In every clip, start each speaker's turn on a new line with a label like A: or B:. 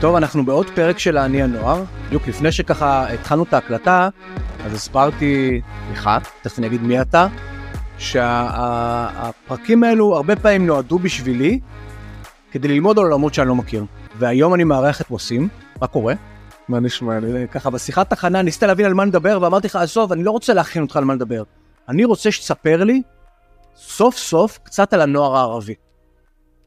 A: טוב, אנחנו בעוד פרק של האני הנוער. בדיוק לפני שככה התחלנו את ההקלטה, אז הסברתי לך, תכף אני אגיד מי אתה, שהפרקים האלו הרבה פעמים נועדו בשבילי כדי ללמוד על עולמות שאני לא מכיר. והיום אני מארח את מוסים, מה קורה?
B: מה נשמע? אני-
A: ככה בשיחת תחנה ניסית להבין על מה נדבר, ואמרתי לך, עזוב, אני לא רוצה להכין אותך על מה נדבר. אני רוצה שתספר לי סוף סוף קצת על הנוער הערבי.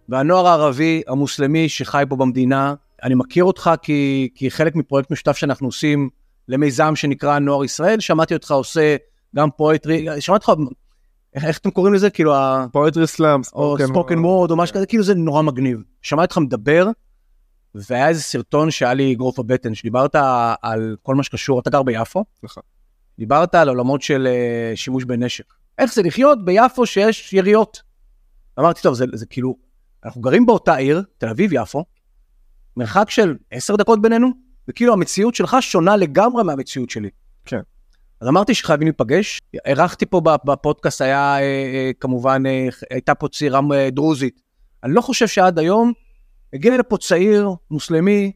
A: והנוער הערבי המוסלמי שחי פה במדינה, אני מכיר אותך כי, כי חלק מפרויקט משותף שאנחנו עושים למיזם שנקרא נוער ישראל, שמעתי אותך עושה גם פואטרי, שמעתי אותך, איך, איך אתם קוראים לזה? כאילו, ה-
B: פואטרי סלאם,
A: או ספוקן וורד או משהו כזה, כאילו זה נורא מגניב. שמעתי אותך מדבר, והיה איזה סרטון שהיה לי אגרוף בבטן, שדיברת על כל מה שקשור, אתה גר ביפו,
B: נכון.
A: דיברת על עולמות של אה, שימוש בנשק. איך זה לחיות ביפו שיש יריות? אמרתי, טוב, זה, זה כאילו, אנחנו גרים באותה עיר, תל אביב-יפו, מרחק של עשר דקות בינינו, וכאילו המציאות שלך שונה לגמרי מהמציאות שלי.
B: כן.
A: אז אמרתי שחייבים להיפגש, אירחתי פה בפ- בפודקאסט, היה אה, אה, כמובן, אה, הייתה פה צעירה אה, דרוזית. אני לא חושב שעד היום הגיע לפה צעיר מוסלמי,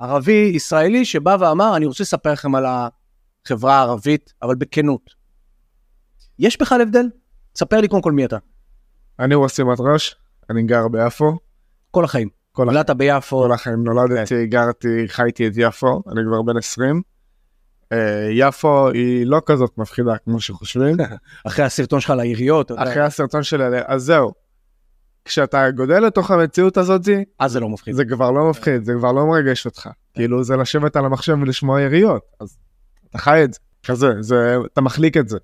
A: ערבי, ישראלי, שבא ואמר, אני רוצה לספר לכם על החברה הערבית, אבל בכנות. יש בכלל הבדל? תספר לי קודם כל מי אתה,
B: אני ווסים מטרש, אני גר ביפו.
A: כל החיים.
B: כל
A: נולדת ביפו,
B: כל החיים נולדתי, גרתי, חייתי את יפו, אני כבר בן 20. אה, יפו היא לא כזאת מפחידה כמו שחושבים.
A: אחרי הסרטון שלך על העיריות, אתה יודע,
B: אחרי הסרטון של אלה, אז זהו. כשאתה גודל לתוך המציאות הזאת,
A: אז זה לא מפחיד.
B: זה כבר לא מפחיד, זה כבר לא מרגש אותך. כאילו זה לשבת על המחשב ולשמוע יריות, אז אתה חי את זה, כזה, זה, אתה מחליק את זה.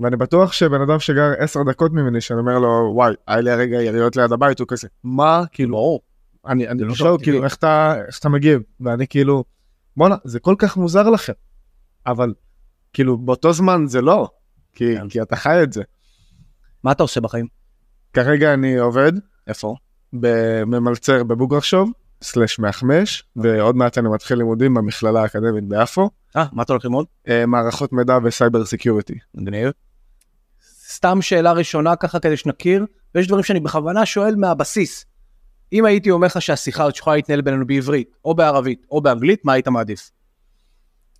B: ואני בטוח שבן אדם שגר עשר דקות ממני, שאני אומר לו, וואי, היה לי הרגע יריות ליד הבית, הוא כזה, מה?
A: כאילו, ברור.
B: אני, אני
A: לא
B: חושב,
A: טבעי.
B: כאילו, איך אתה, איך אתה מגיב? ואני כאילו, בואנה, זה כל כך מוזר לכם. אבל, כאילו, באותו זמן זה לא, כי,
A: כן.
B: כי אתה חי את זה.
A: מה אתה עושה בחיים?
B: כרגע אני עובד,
A: איפה?
B: בממלצר בבוגרשוב, סלאש מאחמש, ועוד מעט אני מתחיל לימודים במכללה האקדמית ביפו,
A: אה, מה אתה הולך ללמוד?
B: אה, מערכות מידע וסייבר סקיוריטי.
A: מגניב. סתם שאלה ראשונה ככה כדי שנכיר, ויש דברים שאני בכוונה שואל מהבסיס. אם הייתי אומר לך שהשיחה שלך להתנהל בינינו בעברית, או בערבית, או באנגלית, מה היית מעדיף?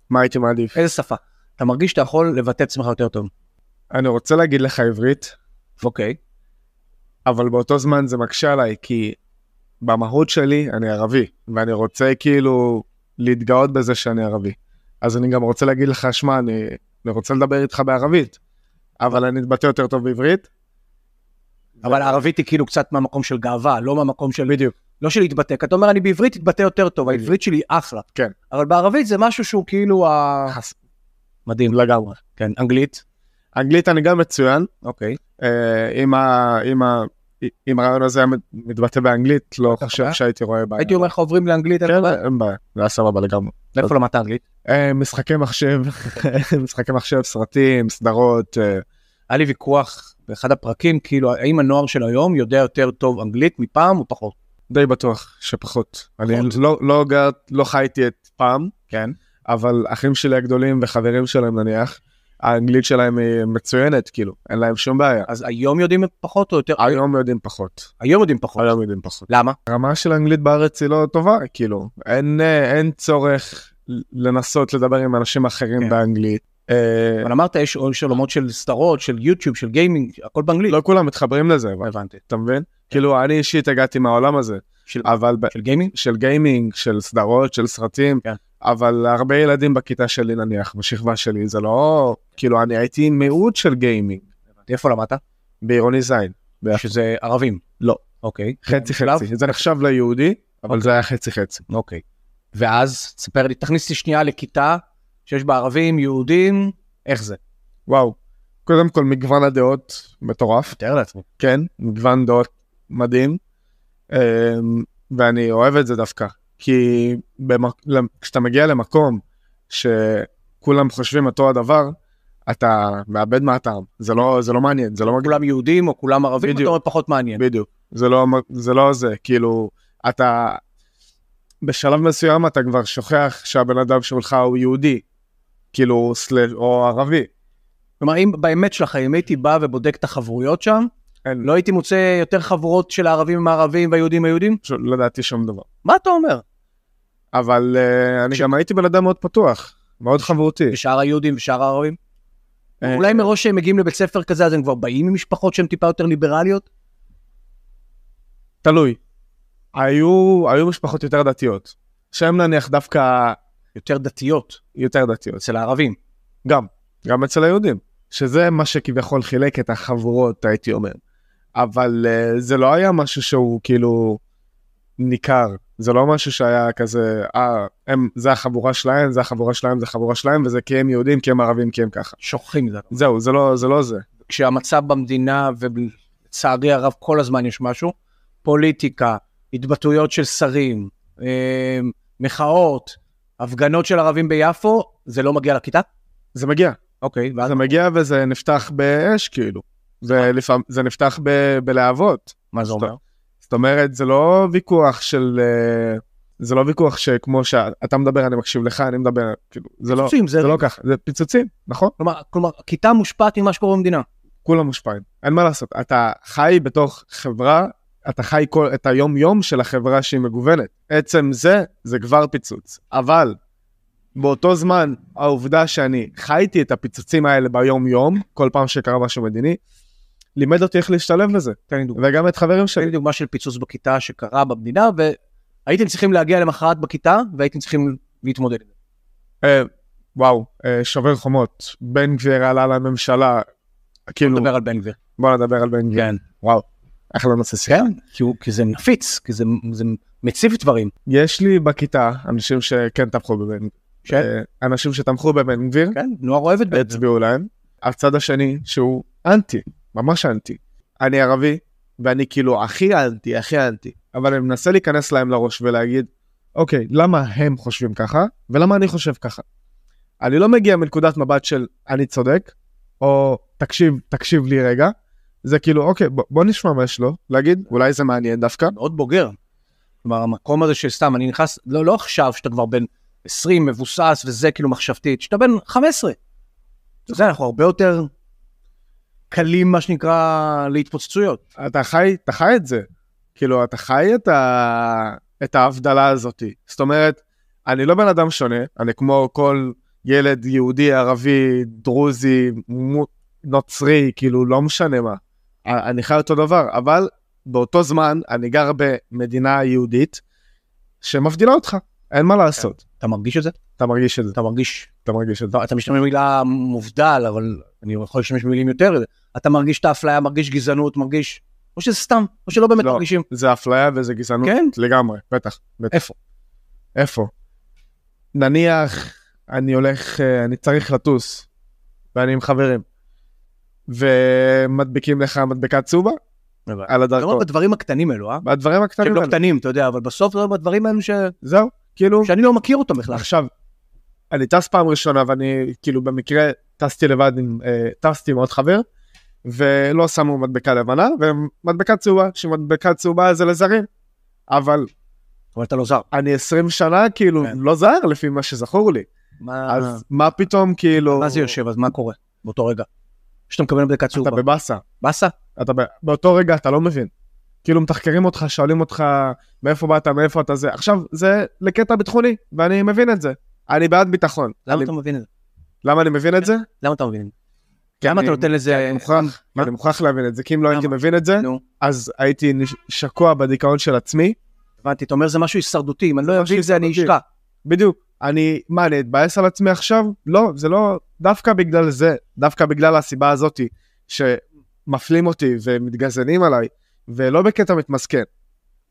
B: מה הייתי מעדיף?
A: איזה שפה? אתה מרגיש שאתה יכול לבטא את עצמך יותר טוב.
B: אני רוצה להגיד לך עברית,
A: אוקיי.
B: אבל באותו זמן זה מקשה עליי, כי במהות שלי אני ערבי, ואני רוצה כאילו להתגאות בזה שאני ערבי. אז אני גם רוצה להגיד לך, שמע, אני, אני רוצה לדבר איתך בערבית, אבל אני אתבטא יותר טוב בעברית.
A: אבל הערבית היא כאילו קצת מהמקום של גאווה, לא מהמקום של...
B: בדיוק.
A: לא של להתבטא. כי אתה אומר, אני בעברית אתבטא יותר טוב, העברית שלי אחלה.
B: כן.
A: אבל בערבית זה משהו שהוא כאילו ה...
B: חס-
A: מדהים.
B: לגמרי.
A: כן, אנגלית.
B: אנגלית אני גם מצוין,
A: אוקיי.
B: אה, אם ה- אם ה- אם הרעיון הזה היה מתבטא באנגלית, לא חושב
A: בעיה?
B: שהייתי רואה בעיה.
A: אה? הייתי אומר לך עוברים לאנגלית, אין
B: כן,
A: בעיה.
B: אין בעיה, זה היה סבבה לגמרי.
A: איפה למדת אנגלית?
B: אה, משחקי מחשב, משחקי מחשב, סרטים, סדרות, אה,
A: היה לי ויכוח באחד הפרקים, כאילו, האם הנוער של היום יודע יותר טוב אנגלית מפעם או פחות?
B: די בטוח שפחות. אני
A: פחות.
B: לא- לא גר, לא חייתי את פעם,
A: כן.
B: אבל אחים שלי הגדולים וחברים שלהם נניח, האנגלית שלהם היא מצוינת, כאילו, אין להם שום בעיה.
A: אז היום יודעים פחות או יותר?
B: היום יודעים פחות,
A: היום יודעים פחות.
B: היום יודעים פחות.
A: למה?
B: הרמה של האנגלית בארץ היא לא טובה, כאילו, אין, אה, אין צורך לנסות לדבר עם אנשים אחרים
A: כן.
B: באנגלית. אה,
A: אבל אמרת, יש יש עולמות של סדרות, של יוטיוב, של גיימינג, הכל באנגלית.
B: לא כולם מתחברים לזה, אבל,
A: הבנתי.
B: אתה מבין? כאילו, אני אישית הגעתי מהעולם הזה,
A: של-
B: אבל ב-
A: של גיימינג?
B: של גיימינג, של סדרות, של סרטים,
A: כן.
B: אבל הרבה ילדים בכיתה שלי נניח, בשכבה שלי, זה לא, כאילו, אני הייתי מיעוט של גיימינג,
A: איפה למדת?
B: בעירוני
A: כן,
B: זין, ביפו.
A: שזה ערבים.
B: לא.
A: אוקיי.
B: חצי
A: שלב?
B: חצי, זה נחשב ליהודי, אבל זה היה חצי חצי.
A: אוקיי. ואז, תספר לי, תכניס אותי שנייה לכיתה שיש בה ערבים, יהודים, איך זה?
B: וואו, קודם כל מגוון הדעות מטורף.
A: תאר לעצמי.
B: כן, מגוון דעות מדהים, אמ, ואני אוהב את זה דווקא, כי במק... למ- כשאתה מגיע למקום שכולם חושבים אותו הדבר, אתה מאבד מהטעם, זה לא, זה לא מעניין, זה לא מגניב,
A: כולם יהודים או כולם ערבים, אתה
B: בדיוק.
A: אומר פחות מעניין.
B: בדיוק, זה לא, מ- זה לא זה, כאילו, אתה בשלב מסוים אתה כבר שוכח שהבן אדם שלך הוא יהודי, כאילו, סלב, או ערבי,
A: כלומר, אם באמת שלך, אם הייתי בא ובודק את החברויות שם,
B: אין, לא,
A: לא הייתי מוצא יותר חבורות של הערבים עם הערבים והיהודים עם היהודים?
B: ש... לא ידעתי שום דבר.
A: מה אתה אומר?
B: אבל אה, אני
A: ש-
B: גם הייתי בן אדם מאוד פתוח, מאוד חברותי.
A: ושאר היהודים ושאר הערבים?
B: כן. אה,
A: אולי מראש שהם מגיעים לבית ספר כזה, אז הם כבר באים ממשפחות שהן טיפה יותר ליברליות?
B: תלוי. היו, היו משפחות יותר דתיות, שהן נניח דווקא
A: יותר דתיות
B: יותר דתיות.
A: אצל הערבים.
B: גם, גם אצל היהודים, שזה מה שכביכול חילק את החברות, הייתי אומר. אבל אה, זה לא היה משהו שהוא כאילו ניכר, זה לא משהו שהיה כזה, אה, הם, זה החבורה שלהם, זה החבורה שלהם, זה החבורה שלהם, וזה כי הם יהודים, כי הם ערבים, כי הם ככה.
A: שוכחים זה.
B: זהו, זה לא זה. לא זה.
A: כשהמצב במדינה, ולצערי הרב כל הזמן יש משהו, פוליטיקה, התבטאויות של שרים, אה, מחאות, הפגנות של ערבים ביפו, זה לא מגיע לכיתה?
B: זה מגיע,
A: אוקיי, ואז
B: זה מגיע וזה נפתח באש כאילו, ולפעמים זה נפתח ב, בלהבות.
A: מה זה אומר?
B: זאת אומרת, זה לא ויכוח של... אה, זה לא ויכוח שכמו שאתה מדבר, אני מקשיב לך, אני מדבר, כאילו, זה לא...
A: פיצוצים, זה-
B: זה לא ככה, זה פיצוצים, נכון?
A: כלומר, כלומר, הכיתה מושפעת ממה שקורה במדינה.
B: כולם מושפעים, אין מה לעשות. אתה חי בתוך חברה, אתה חי כל, את היום-יום של החברה שהיא מגוונת. עצם זה, זה כבר פיצוץ. אבל באותו זמן, העובדה שאני חייתי את הפיצוצים האלה ביום-יום, כל פעם שקרה משהו מדיני, לימד אותי איך להשתלב בזה.
A: תן לי דוגמה.
B: וגם את חברים
A: תן
B: שלי.
A: לי דוגמה של פיצוץ בכיתה שקרה במדינה, והייתם צריכים להגיע למחרת בכיתה, והייתם צריכים להתמודד עם זה.
B: אה, וואו, אה, שובר חומות, בן גביר עלה לממשלה, כאילו,
A: נדבר על בן גביר.
B: בוא נדבר על בן גביר.
A: כן.
B: וואו, אחלה נושא שיחה.
A: כן, כי הוא- כי זה נפיץ, כי זה- זה מציף דברים.
B: יש לי בכיתה אנשים שכן תמכו בבן גביר.
A: כן.
B: אה, אנשים שתמכו בבן גביר,
A: כן, נוער אוהב את בן גביר.
B: הצביעו להם. הצד השני שהוא אנטי, ממש אנטי. אני ערבי, ואני כאילו הכי אנטי, הכי אנטי. אבל אני מנסה להיכנס להם לראש ולהגיד, אוקיי, למה הם חושבים ככה, ולמה אני חושב ככה. אני לא מגיע מנקודת מבט של אני צודק, או תקשיב, תקשיב לי רגע. זה כאילו, אוקיי, בוא, בוא נשמע מה יש לו, להגיד, אולי זה מעניין דווקא.
A: מאוד בוגר. כלומר, המקום הזה של סתם, אני נכנס, לא, לא עכשיו שאתה כבר בן 20, מבוסס וזה כאילו מחשבתית, שאתה בן 15. אתה יודע, אנחנו הרבה יותר קלים, מה שנקרא, להתפוצצויות.
B: אתה חי, אתה חי את זה. כאילו, אתה חי את, ה... את ההבדלה הזאת. זאת אומרת, אני לא בן אדם שונה, אני כמו כל ילד יהודי, ערבי, דרוזי, מו- נוצרי, כאילו, לא משנה מה. א- אני חי אותו דבר, אבל באותו זמן אני גר במדינה יהודית שמבדילה אותך, אין מה לעשות.
A: אתה מרגיש את זה?
B: אתה מרגיש את זה,
A: אתה מרגיש,
B: אתה מרגיש את זה.
A: לא, אתה משתמש במילה מובדל, אבל אני יכול להשתמש במילים יותר, אתה מרגיש את האפליה, מרגיש גזענות, מרגיש, או שזה סתם, או שלא באמת
B: לא.
A: מרגישים.
B: זה אפליה וזה גזענות.
A: כן?
B: לגמרי, בטח. בטח.
A: איפה?
B: איפה? נניח אני הולך, אה, אני צריך לטוס, ואני עם חברים, ומדביקים לך מדבקה צהובה
A: אתה
B: על
A: רואה
B: הדרכון.
A: בדברים הקטנים האלו, אה?
B: הדברים הקטנים
A: שהם לא
B: האלה.
A: קטנים, אתה יודע, אבל בסוף זה בדברים האלו ש-
B: זהו, כאילו,
A: שאני לא מכיר אותם בכלל.
B: עכשיו, אני טס פעם ראשונה ואני כאילו במקרה טסתי לבד עם, אה, טסתי עם עוד חבר, ולא שמו מדבקה לבנה, ומדבקה צהובה, שמדבקה צהובה זה לזרים. אבל
A: אבל אתה לא זר.
B: אני 20 שנה כאילו
A: כן.
B: לא זר לפי מה שזכור לי,
A: מה-
B: אז מה פתאום כאילו,
A: מה זה יושב? אז מה קורה באותו רגע? כשאתה מקבל בדיקה צהובה.
B: אתה בבאסה.
A: באסה?
B: אתה ב... באותו רגע אתה לא מבין. כאילו מתחקרים אותך, שואלים אותך מאיפה באת, מאיפה אתה זה. עכשיו, זה לקטע ביטחוני, ואני מבין את זה. אני בעד ביטחון.
A: למה
B: אני...
A: אתה מבין את זה?
B: למה אני מבין את זה?
A: למה אתה מבין את זה?
B: כי
A: למה
B: אני-
A: אתה נותן לזה...
B: אני מוכרח,
A: מה?
B: אני מוכרח להבין את זה, כי אם לא הייתי
A: למה?
B: מבין את זה,
A: נו,
B: אז הייתי נש- שקוע בדיכאון של עצמי.
A: הבנתי, אתה אומר זה משהו הישרדותי, אם אני לא
B: משהו
A: אבין את זה אני
B: הישרדותי.
A: אשקע.
B: בדיוק. אני, מה, אני אתבאס על עצמי עכשיו? לא, זה לא, דווקא בגלל זה, דווקא בגלל הסיבה הזאתי, שמפלים אותי ומתגזענים עליי, ולא בקטע מתמסכן.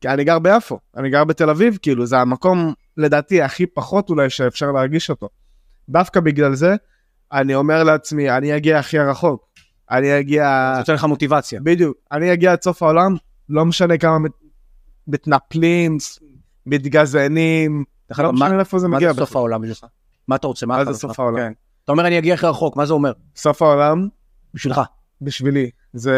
B: כי אני גר ביפו, אני גר בתל אביב, כאילו, זה המקום, לדעתי, הכי פחות אולי שאפשר להרגיש אותו. דווקא בגלל זה, אני אומר לעצמי, אני אגיע הכי רחוק. אני אגיע...
A: זה נותן לך מוטיבציה.
B: בדיוק. אני אגיע עד סוף העולם, לא משנה כמה מת- מתנפלים, מתגזענים,
A: דרך
B: לא
A: אגב, מה-
B: משנה לאיפה זה
A: מה
B: מגיע.
A: זה סוף העולם בשבילך? מה אתה רוצה? מה
B: מה זה
A: החלום
B: סוף
A: שלך?
B: העולם?
A: כן. אתה אומר אני אגיע הכי רחוק, מה זה אומר?
B: סוף העולם
A: בשבילך.
B: בשבילי זה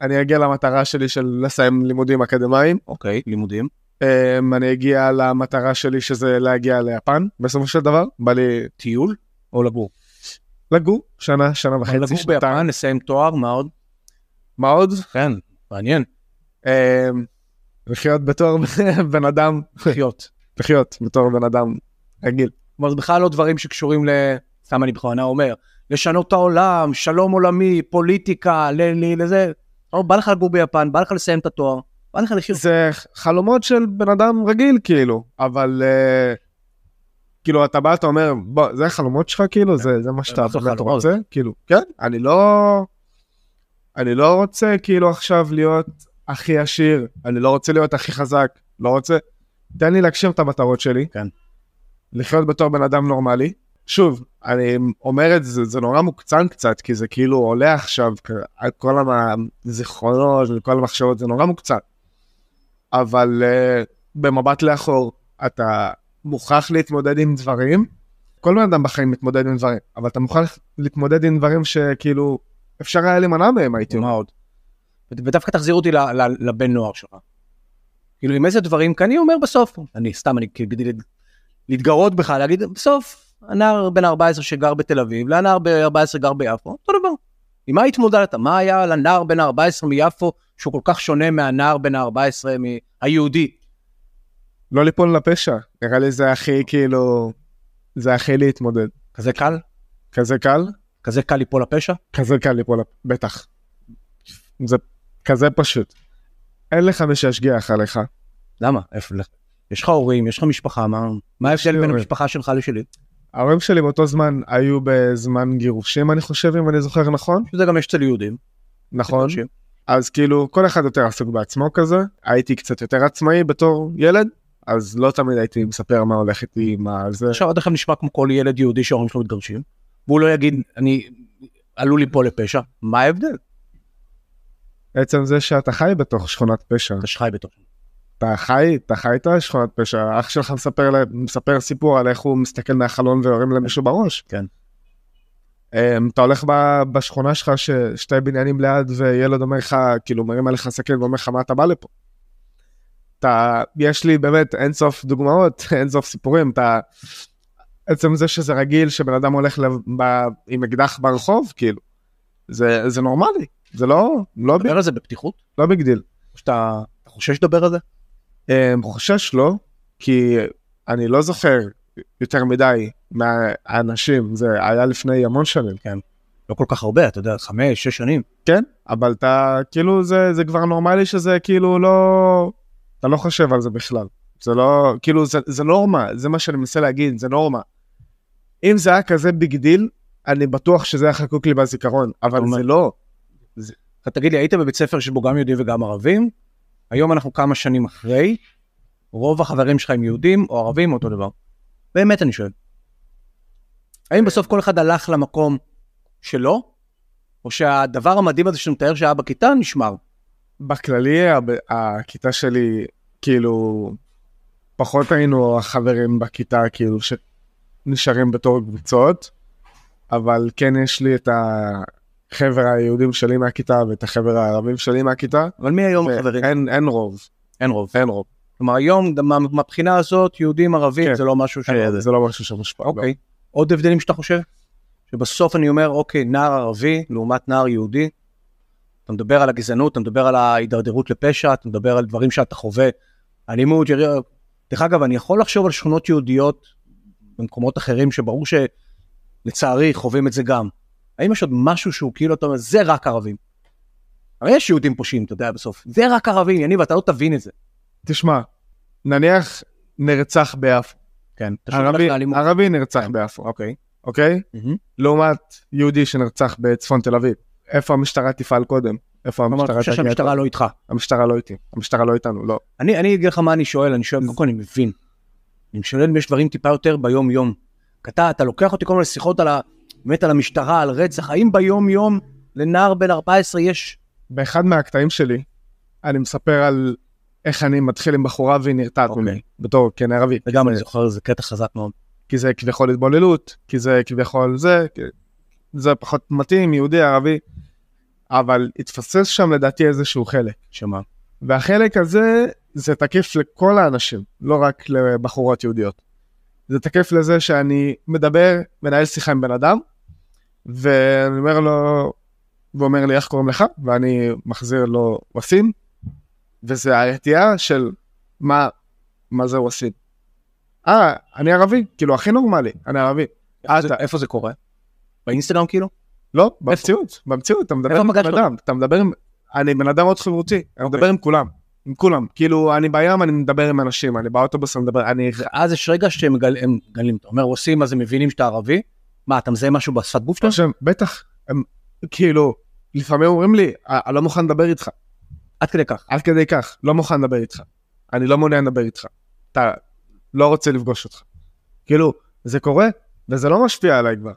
B: אני אגיע למטרה שלי של לסיים לימודים אקדמיים
A: אוקיי, לימודים.
B: אמ, אני אגיע למטרה שלי שזה להגיע ליפן בסופו של דבר בא לי
A: טיול או לגור?
B: לגור שנה שנה וחצי
A: לגור
B: שנתיים
A: ביפן, לסיים תואר, מה עוד?
B: מה עוד
A: כן, מעניין.
B: אמ, לחיות בתור בן אדם
A: לחיות.
B: לחיות בתור בן אדם רגיל.
A: כלומר, זה בכלל לא דברים שקשורים ל... סתם אני בכוונה אומר, לשנות את העולם, שלום עולמי, פוליטיקה, ל- ל- לזה. לא, בא לך לגור ביפן, בא לך לסיים את התואר, בא לך לחיות.
B: זה חלומות של בן אדם רגיל כאילו, אבל אה, כאילו אתה בא אתה אומר בוא זה החלומות שלך כאילו זה זה מה שאתה
A: כן. זה
B: באמת
A: חלומות.
B: רוצה כאילו כן אני לא אני לא רוצה כאילו עכשיו להיות הכי עשיר אני לא רוצה להיות הכי חזק לא רוצה תן לי להגשים את המטרות שלי
A: כן.
B: לחיות בתור בן אדם נורמלי שוב אני אומר את זה זה נורא מוקצן קצת כי זה כאילו עולה עכשיו כל הזיכרונות וכל המחשבות זה נורא מוקצן אבל אה, במבט לאחור אתה מוכרח להתמודד עם דברים. כל בן אדם בחיים מתמודד עם דברים, אבל אתה מוכרח להתמודד עם דברים שכאילו אפשר היה להימנע מהם הייתי אומר.
A: מה עוד? ודווקא תחזיר אותי ל- ל- לבן נוער שלך. כאילו, עם איזה דברים, כי אני אומר בסוף, אני סתם, אני כאילו, כדי להתגרות בך, להגיד, בסוף, הנער בן 14 שגר בתל אביב, לנער בן 14 גר ביפו, אותו דבר. עם מה התמודדת? מה היה לנער בן 14 מיפו, שהוא כל כך שונה מהנער בן 14 מ- היהודי?
B: לא ליפול לפשע, נראה לי זה הכי כאילו, זה הכי להתמודד.
A: כזה קל?
B: כזה קל?
A: כזה קל ליפול לפשע?
B: כזה קל ליפול, לפ- בטח. זה כזה פשוט. אין לך מי שישגיח עליך.
A: למה? איפה? יש לך הורים, יש לך משפחה, מה מה ההבדל בין
B: הורים.
A: המשפחה שלך לשלי?
B: ההורים שלי באותו זמן היו בזמן גירושים אני חושב אם אני זוכר נכון.
A: שזה גם יש אצל יהודים.
B: נכון. אז כאילו כל אחד יותר עסוק בעצמו כזה הייתי קצת יותר עצמאי בתור ילד אז לא תמיד הייתי מספר מה הולך איתי מה זה
A: עכשיו עד עכשיו נשמע כמו כל ילד יהודי שההורים שלו מתגרשים, והוא לא יגיד, אני עלול ליפול לפשע, מה ההבדל?
B: עצם זה שאתה חי בתוך שכונת פשע
A: אתה שחי בתוך.
B: אתה חי אתה חי את השכונת פשע אח שלך מספר ל- מספר סיפור על איך הוא מסתכל מהחלון ויורים למישהו בראש
A: כן.
B: אמ, אתה הולך ב- בשכונה שלך ששתי בניינים ליד וילד אומר לך כאילו מרים עליך סכין ואומר לך מה אתה בא לפה. אתה יש לי באמת אין סוף דוגמאות אין סוף סיפורים אתה עצם זה שזה רגיל שבן אדם הולך לב, ב, עם אקדח ברחוב כאילו זה זה נורמלי זה לא לא ביג
A: דבר על זה בפתיחות?
B: לא ביג דיל.
A: או שאתה אתה חושש לדבר על זה?
B: אמ, חושש לא, כי אני לא זוכר יותר מדי מהאנשים, זה היה לפני המון שנים,
A: לא כל כך הרבה, אתה יודע, חמש, שש שנים.
B: כן? אבל אתה, כאילו, זה, זה כבר נורמלי שזה כאילו לא... אתה לא חושב על זה בכלל. זה לא, כאילו, זה, זה נורמה, זה מה שאני מנסה להגיד, זה נורמה. אם זה היה כזה ביג דיל, אני בטוח שזה היה חקוק לי בזיכרון, אבל
A: אתה אומר-
B: זה לא.
A: אתה תגיד לי, היית בבית ספר שיש בו גם יהודים וגם ערבים? היום אנחנו כמה שנים אחרי, רוב החברים שלך הם יהודים או ערבים, אותו דבר. באמת אני שואל. האם בסוף כל אחד הלך למקום שלו, או שהדבר המדהים הזה שאתה מתאר שהיה בכיתה נשמר?
B: בכללי הב- הכיתה שלי כאילו פחות היינו החברים בכיתה כאילו שנשארים בתור קבוצות אבל כן יש לי את החבר היהודים שלי מהכיתה ואת החבר הערבים שלי מהכיתה
A: אבל מי היום החברים?
B: ואין אין רוב
A: אין רוב.
B: אין רוב
A: כלומר היום מה- מהבחינה הזאת יהודים ערבים
B: כן.
A: זה לא משהו ש...
B: אין רוב, זה לא משהו שמושפע לא.
A: אוקיי. עוד הבדלים שאתה חושב? שבסוף אני אומר אוקיי נער ערבי לעומת נער יהודי. אתה מדבר על הגזענות, אתה מדבר על ההידרדרות לפשע, אתה מדבר על דברים שאתה חווה, אלימות, ירי... דרך אגב, אני יכול לחשוב על שכונות יהודיות במקומות אחרים שברור שלצערי חווים את זה גם. האם יש עוד משהו שהוא כאילו, אתה אומר, זה רק ערבים. אבל יש יהודים פושעים, אתה יודע, בסוף. זה רק ערבים, יניב, אתה לא תבין את זה.
B: אוקיי, תשמע נניח נרצח ביפו
A: כן, אתה שולח
B: ערבי,
A: לאלימות.
B: ערבי נרצח ביפו
A: אוקיי.
B: אוקיי לעומת יהודי שנרצח בצפון תל אביב איפה המשטרה תפעל קודם איפה
A: כלומר,
B: המשטרה
A: אתה חושב
B: תגיע קודם?
A: שהמשטרה לא איתך.
B: המשטרה לא איתי, המשטרה לא איתנו, לא.
A: אני, אני אגיד לך מה אני שואל, אני שואל, קודם כל אני מבין. אני משאול אם יש דברים טיפה יותר ביום יום. כי אתה, אתה לוקח אותי כל הזמן לשיחות על ה... באמת על המשטרה, על רצח, האם ביום יום לנער בן 14 יש...
B: באחד מהקטעים שלי, אני מספר על איך אני מתחיל עם בחורה והיא נרתעת
A: אוקיי.
B: ממני, בתור כן ערבי.
A: וגם
B: זה-
A: אני זוכר, זה קטע חזק מאוד.
B: כי זה כביכול התבוללות, כי זה כביכול זה, כי- זה פחות מתאים, יהודי, ערבי, אבל התפסס שם לדעתי איזשהו חלק.
A: שמה?
B: והחלק הזה, זה תקיף לכל האנשים, לא רק לבחורות יהודיות. זה תקף לזה שאני מדבר, מנהל שיחה עם בן אדם, ואני אומר לו, והוא אומר לי איך קוראים לך, ואני מחזיר לו וסים, וזה הרתיעה של מה, מה זה וסים. אה, אני ערבי, כאילו הכי נורמלי, אני ערבי.
A: איפה זה-
B: אה, אתה-
A: איפה זה קורה? באינסטגרם כאילו?
B: לא, במציאות, במציאות, אתה מדבר
A: איפה
B: עם
A: פגשת
B: בן אדם, אתה מדבר עם, אני בן אדם מאוד חברותי, אני מדבר עם כולם, עם כולם, כאילו אני בים אני מדבר עם אנשים, אני באוטובוס אני מדבר, אני,
A: ואז יש רגע שהם מגל- הם מגלים, אתה אומר רוסים, אז הם מבינים שאתה ערבי? מה, אתה מזהה משהו בשפת גוף שלהם?
B: עכשיו, בטח, הם, כאילו, לפעמים אומרים לי, "אה, אני לא מוכן לדבר איתך,
A: עד כדי כך.
B: עד כדי כך, לא מוכן לדבר איתך, אני לא מעוניין לדבר איתך, אתה לא רוצה לפגוש אותך. כאילו, זה קורה, וזה לא משפיע עליי כבר,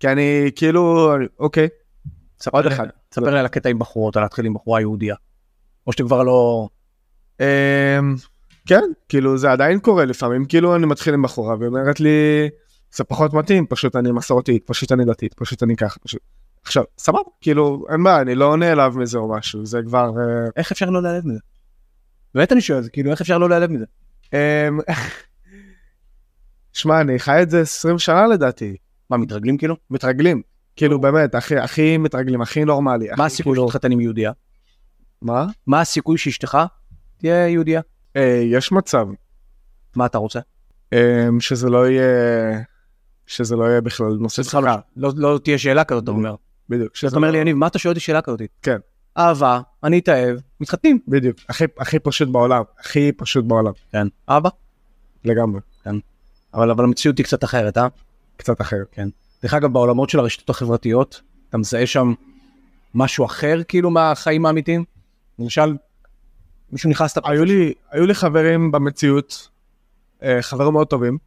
B: כי אני כאילו, אני- אוקיי, עוד אחד.
A: ספר לי על הקטע עם בחורות, על להתחיל עם בחורה יהודייה. או שאתה כבר לא...
B: אמ, כן, כאילו זה עדיין קורה לפעמים, כאילו אני מתחיל עם בחורה והיא אומרת לי, זה פחות מתאים, פשוט אני מסורתית, פשוט אני דתית, פשוט אני ככה, פשוט. עכשיו, סבבה, כאילו, אין בעיה, אני לא נעלב מזה או משהו, זה כבר... אה,
A: איך אפשר לא להיעלב מזה? באמת אני שואל, כאילו, איך אפשר לא להיעלב מזה?
B: אמ, שמע, אני חי את זה 20 שנה לדעתי,
A: מה, מתרגלים כאילו?
B: מתרגלים. כאילו באמת, הכי, הכי מתרגלים, הכי נורמלי.
A: מה
B: הכי
A: הסיכוי
B: כאילו-
A: שתתחתן עם יהודייה?
B: מה?
A: מה הסיכוי שאשתך תהיה יהודייה?
B: אה, יש מצב
A: מה אתה רוצה?
B: אמ, שזה לא יהיה... שזה לא יהיה בכלל נושא
A: אצלך לא-
B: שיחה,
A: לא לא תהיה שאלה כזאת, אתה
B: בדיוק.
A: אומר.
B: בדיוק. שזה
A: אתה אומר
B: לא-
A: לי, יניב, מה אתה שואל אותי שאלה כזאת?
B: כן.
A: אהבה, אני אתאהב, מתחתנים.
B: בדיוק, הכי, הכי פשוט בעולם, הכי פשוט בעולם,
A: כן. אבא?
B: לגמרי,
A: אבל אבל המציאות היא קצת אחרת, אה? כן.
B: קצת אחרת.
A: דרך אגב, בעולמות של הרשתות החברתיות, אתה מזהה שם משהו אחר כאילו מהחיים האמיתיים? למשל, מישהו נכנס לפ...
B: היו לי, היו לי חברים במציאות, אה, חברים מאוד טובים,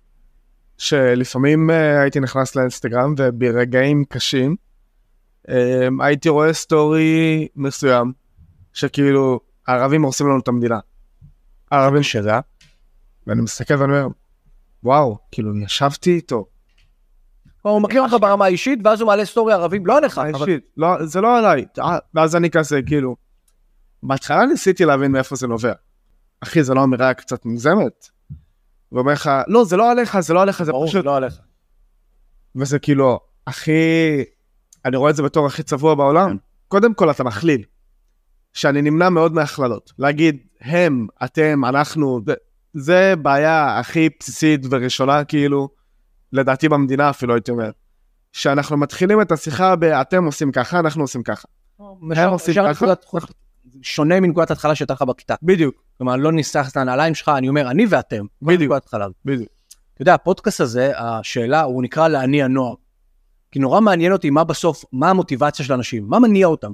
B: שלפעמים אה, הייתי נכנס לאינסטגרם וברגעים קשים אה, הייתי רואה סטורי מסוים, שכאילו הערבים הורסים לנו את המדינה. הערבים שזה, ואני מסתכל ואני אומר, וואו, כאילו ישבתי איתו,
A: הוא מכיר אותך ברמה האישית, ואז הוא מעלה סטורי ערבים, לא עליך, אבל-
B: אישית, לא, זה לא עליי, אה, ואז אני כזה, כאילו, בהתחלה ניסיתי להבין מאיפה זה נובע. אחי, זו לא אמירה קצת מוגזמת. הוא אומר לך, לא, זה לא עליך, זה לא עליך, זה
A: ברור,
B: פשוט...
A: לא עליך.
B: וזה כאילו, הכי... אני רואה את זה בתור הכי צבוע בעולם.
A: כן.
B: קודם כל, אתה מכליל. שאני נמנע מאוד מהכללות. להגיד, הם, אתם, אנחנו, זה- זה בעיה הכי בסיסית וראשונה, כאילו, לדעתי במדינה אפילו, הייתי אומר. שאנחנו מתחילים את השיחה ב- אתם עושים ככה, אנחנו עושים ככה.
A: ישר-
B: עושים
A: ישר
B: ככה?
A: לא, נקודת- שונה מנקודת התחלה שהייתה לך בכיתה.
B: בדיוק,
A: כלומר, לא ניסחת את הנעליים שלך, אני אומר, אני ואתם.
B: בדיוק,
A: נקודת התחלה.
B: בדיוק.
A: אתה יודע, הפודקאסט הזה, השאלה, הוא נקרא להניע נוער. כי נורא מעניין אותי מה בסוף, מה המוטיבציה של אנשים, מה מניע אותם.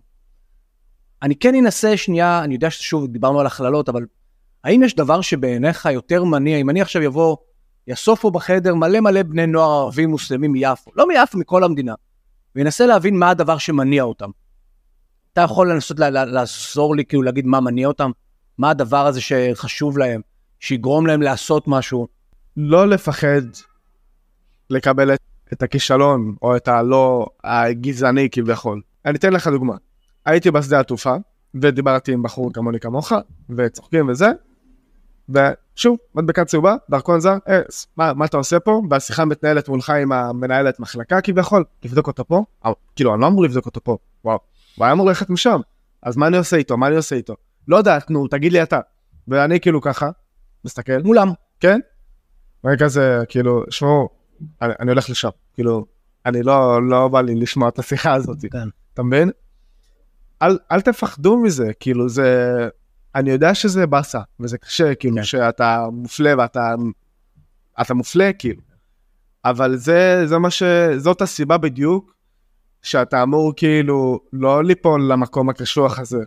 A: אני כן אנסה שנייה, אני יודע ששוב דיברנו על הכללות, אבל האם יש דבר שבעיניך יותר מניע, אם אני עכשיו אבוא, יאסוף פה בחדר מלא מלא בני נוער ערבים מוסלמים מיפו, לא מיפו, מכל המדינה, וינסה להבין מה הדבר שמניע אותם. אתה יכול לנסות לה- לה- לעזור לי, כאילו להגיד מה מניע אותם? מה הדבר הזה שחשוב להם, שיגרום להם לעשות משהו?
B: לא לפחד לקבל את, את הכישלון או את הלא הגזעני כביכול. אני אתן לך דוגמה. הייתי בשדה התעופה ודיברתי עם בחור כמוני כמוך וצוחקים וזה ושוב מדבקה צהובה דרכון זר אה, ס- מה, מה אתה עושה פה והשיחה מתנהלת מולך עם המנהלת מחלקה כביכול לבדוק אותו פה אה, כאילו אני לא אמור לבדוק אותו פה וואו הוא היה אמור ללכת משם אז מה אני עושה איתו מה אני עושה איתו לא יודעת נו תגיד לי אתה ואני כאילו ככה מסתכל
A: מולם.
B: כן? ואני כזה, כאילו, שמעו, אני, אני הולך לשם, כאילו, אני לא, לא בא לי לשמוע את השיחה הזאת,
A: כן.
B: אתה מבין? אל, אל תפחדו מזה, כאילו, זה, אני יודע שזה באסה, וזה קשה, כאילו,
A: כן.
B: שאתה מופלה ואתה, אתה מופלה, כאילו, אבל זה, זה מה ש, זאת הסיבה בדיוק, שאתה אמור, כאילו, לא ליפול למקום הקשוח הזה.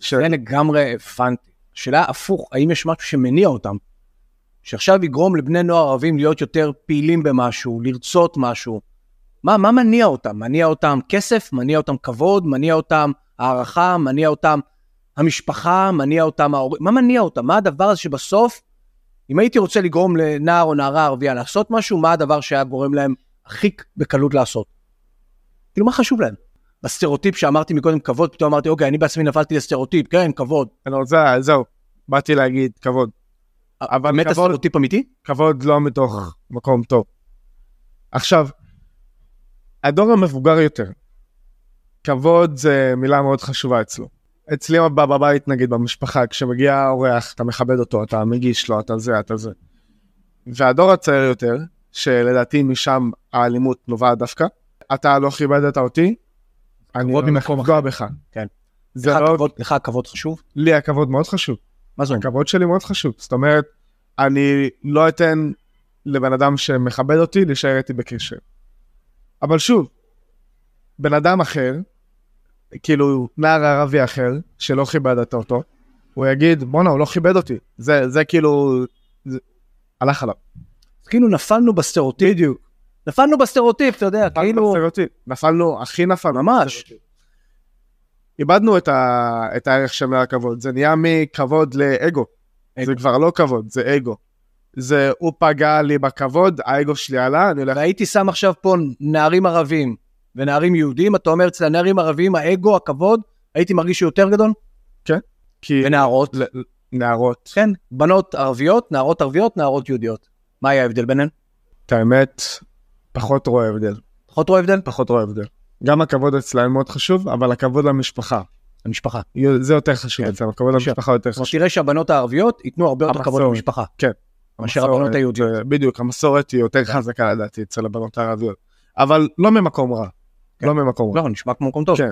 B: ש...
A: זה לגמרי הבנתי. שאלה הפוך, האם יש משהו שמניע אותם? שעכשיו יגרום לבני נוער ערבים להיות יותר פעילים במשהו, לרצות משהו. מה, מה מניע אותם? מניע אותם כסף? מניע אותם כבוד? מניע אותם הערכה? מניע אותם המשפחה? מניע אותם ההורים? מה מניע אותם? מה הדבר הזה שבסוף, אם הייתי רוצה לגרום לנער או נערה ערבייה לעשות משהו, מה הדבר שהיה גורם להם הכי בקלות לעשות? כאילו, מה חשוב להם? בסטריאוטיפ שאמרתי מקודם כבוד, פתאום אמרתי, אוקיי, אני בעצמי נפלתי לסטריאוטיפ, כן, כבוד.
B: אני רוצה, זהו, באתי להגיד, כבוד. אבל
A: באמת
B: כבוד-
A: הסטריאוטיפ אמיתי?
B: כבוד לא מתוך מקום טוב. עכשיו, הדור המבוגר יותר, כבוד זה מילה מאוד חשובה אצלו. אצלי בב- בבית נגיד במשפחה, כשמגיע האורח, אתה מכבד אותו, אתה מגיש לו, אתה זה, אתה זה. והדור הצעיר יותר, שלדעתי משם האלימות נובעת דווקא, אתה לא כיבדת אותי, אני
A: כבוד
B: לא הולך
A: ממקום
B: לפגוע בך.
A: כן.
B: זה
A: לך
B: לא...
A: הכבוד- לך הכבוד חשוב?
B: לי הכבוד מאוד חשוב.
A: מה זה אומר?
B: הכבוד שלי מאוד חשוב. זאת אומרת, אני לא אתן לבן אדם שמכבד אותי להישאר איתי בקשר. אבל שוב, בן אדם אחר, כאילו נער ערבי אחר, שלא כיבדת אותו, הוא יגיד, בואנה, הוא לא כיבד אותי. זה, זה כאילו... זה... הלך עליו.
A: כאילו נפלנו בסטריאוטיפ. בדיוק. נפלנו בסטריאוטיפ, אתה יודע, כאילו...
B: נפלנו בסטריאוטיפ. לא נפלנו, הכי נפלנו.
A: ממש.
B: איבדנו את, ה... את הערך של הכבוד, זה נהיה מכבוד לאגו.
A: אגו.
B: זה כבר לא כבוד, זה אגו. זה הוא פגע לי בכבוד, האגו שלי עלה, אני הולך...
A: והייתי שם עכשיו פה נערים ערבים ונערים יהודים, אתה אומר אצל הנערים הערבים האגו, הכבוד, הייתי מרגיש שהוא יותר גדול?
B: כי
A: ונערות?
B: נערות,
A: כן, בנות ערביות, נערות ערביות, נערות יהודיות. מה היה ההבדל ביניהן?
B: את האמת, פחות רואה הבדל.
A: פחות רואה הבדל?
B: פחות רואה הבדל. גם הכבוד אצלהם מאוד חשוב, אבל הכבוד למשפחה.
A: המשפחה.
B: זה יותר חשוב
A: כן.
B: אצלם, הכבוד
A: עכשיו,
B: למשפחה יותר
A: כלומר,
B: חשוב.
A: תראה שהבנות הערביות ייתנו הרבה יותר כבוד
B: המסורת.
A: למשפחה. מאשר
B: המסורת,
A: הבנות היהודיות.
B: אה, בדיוק, המסורת היא יותר חזקה לדעתי אצל הבנות הערביות. אבל לא ממקום רע.
A: כן.
B: לא ממקום רע.
A: לא, נשמע כמו מקום טוב.
B: כן.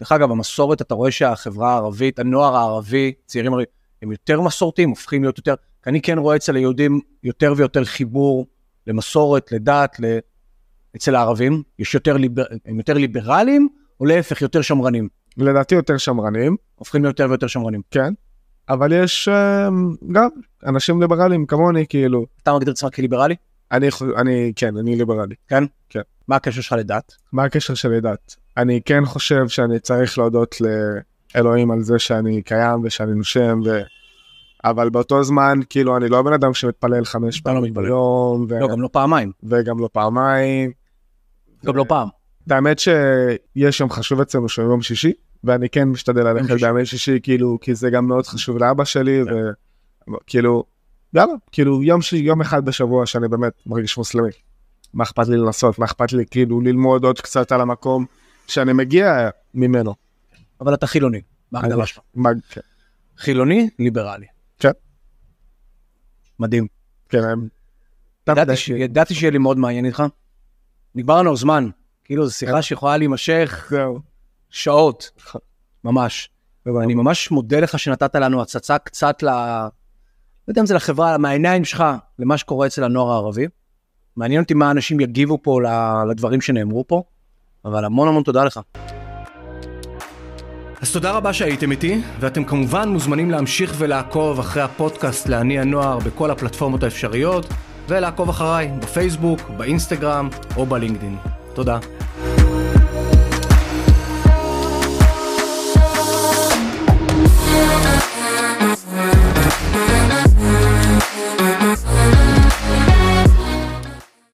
A: דרך אגב, המסורת, אתה רואה שהחברה הערבית, הנוער הערבי, צעירים ערבים, הם יותר מסורתיים, הופכים להיות יותר... כי אני כן רואה אצל היהודים יותר ויותר חיבור למסורת, לדת, ל... אצל הערבים, יש יותר ליבר... הם יותר ליברליים, או להפך, יותר שמרנים.
B: לדעתי יותר שמרנים.
A: הופכים ליותר ויותר שמרנים.
B: כן, אבל יש אה, גם אנשים ליברליים כמוני, כאילו,
A: אתה מגדיר את עצמך כליברלי?
B: אני, חו- אני כן, אני ליברלי.
A: מה הקשר שלך לדת?
B: מה הקשר שלי דת? אני כן חושב שאני צריך להודות לאלוהים על זה שאני קיים ושאני נושם, ו... אבל באותו זמן, כאילו, אני לא הבן אדם שמתפלל חמש
A: אתה לא
B: פעמים
A: מתפלל.
B: ביום, ו...
A: לא, גם לא פעמיים,
B: וגם לא פעמיים.
A: גם לא פעם.
B: את האמת שיש יום חשוב אצלנו שהוא יום שישי, ואני כן משתדל ללכת
A: שישי. כן.
B: בימי שישי, כאילו, כי זה גם מאוד חשוב לאבא שלי, וכאילו, יאללה, כאילו יום, ש... יום אחד בשבוע שאני באמת מרגיש מוסלמי. מה אכפת לי לנסות, מה אכפת לי כאילו ללמוד עוד קצת על המקום שאני מגיע ממנו.
A: אבל אתה חילוני, בהגדרה
B: אני-
A: שלך.
B: מה, כן,
A: חילוני, ליברלי.
B: כן.
A: מדהים.
B: כן, הם-
A: ידעתי ש- ידעתי שיהיה לי מאוד מעניין איתך. נגמר לנו הזמן. כאילו, זו שיחה שיכולה להימשך
B: זהו.
A: שעות. ממש.
B: אבל
A: אני ממש מודה לך שנתת לנו הצצה קצת ל... לא יודע אם זה לחברה, מהעיניים שלך, למה שקורה אצל הנוער הערבי. מעניין אותי מה אנשים יגיבו פה ל- לדברים שנאמרו פה, אבל המון המון תודה לך. אז תודה רבה שהייתם איתי, ואתם כמובן מוזמנים להמשיך ולעקוב אחרי הפודקאסט לעני הנוער בכל הפלטפורמות האפשריות, ולעקוב אחריי בפייסבוק, באינסטגרם או בלינקדאין. תודה.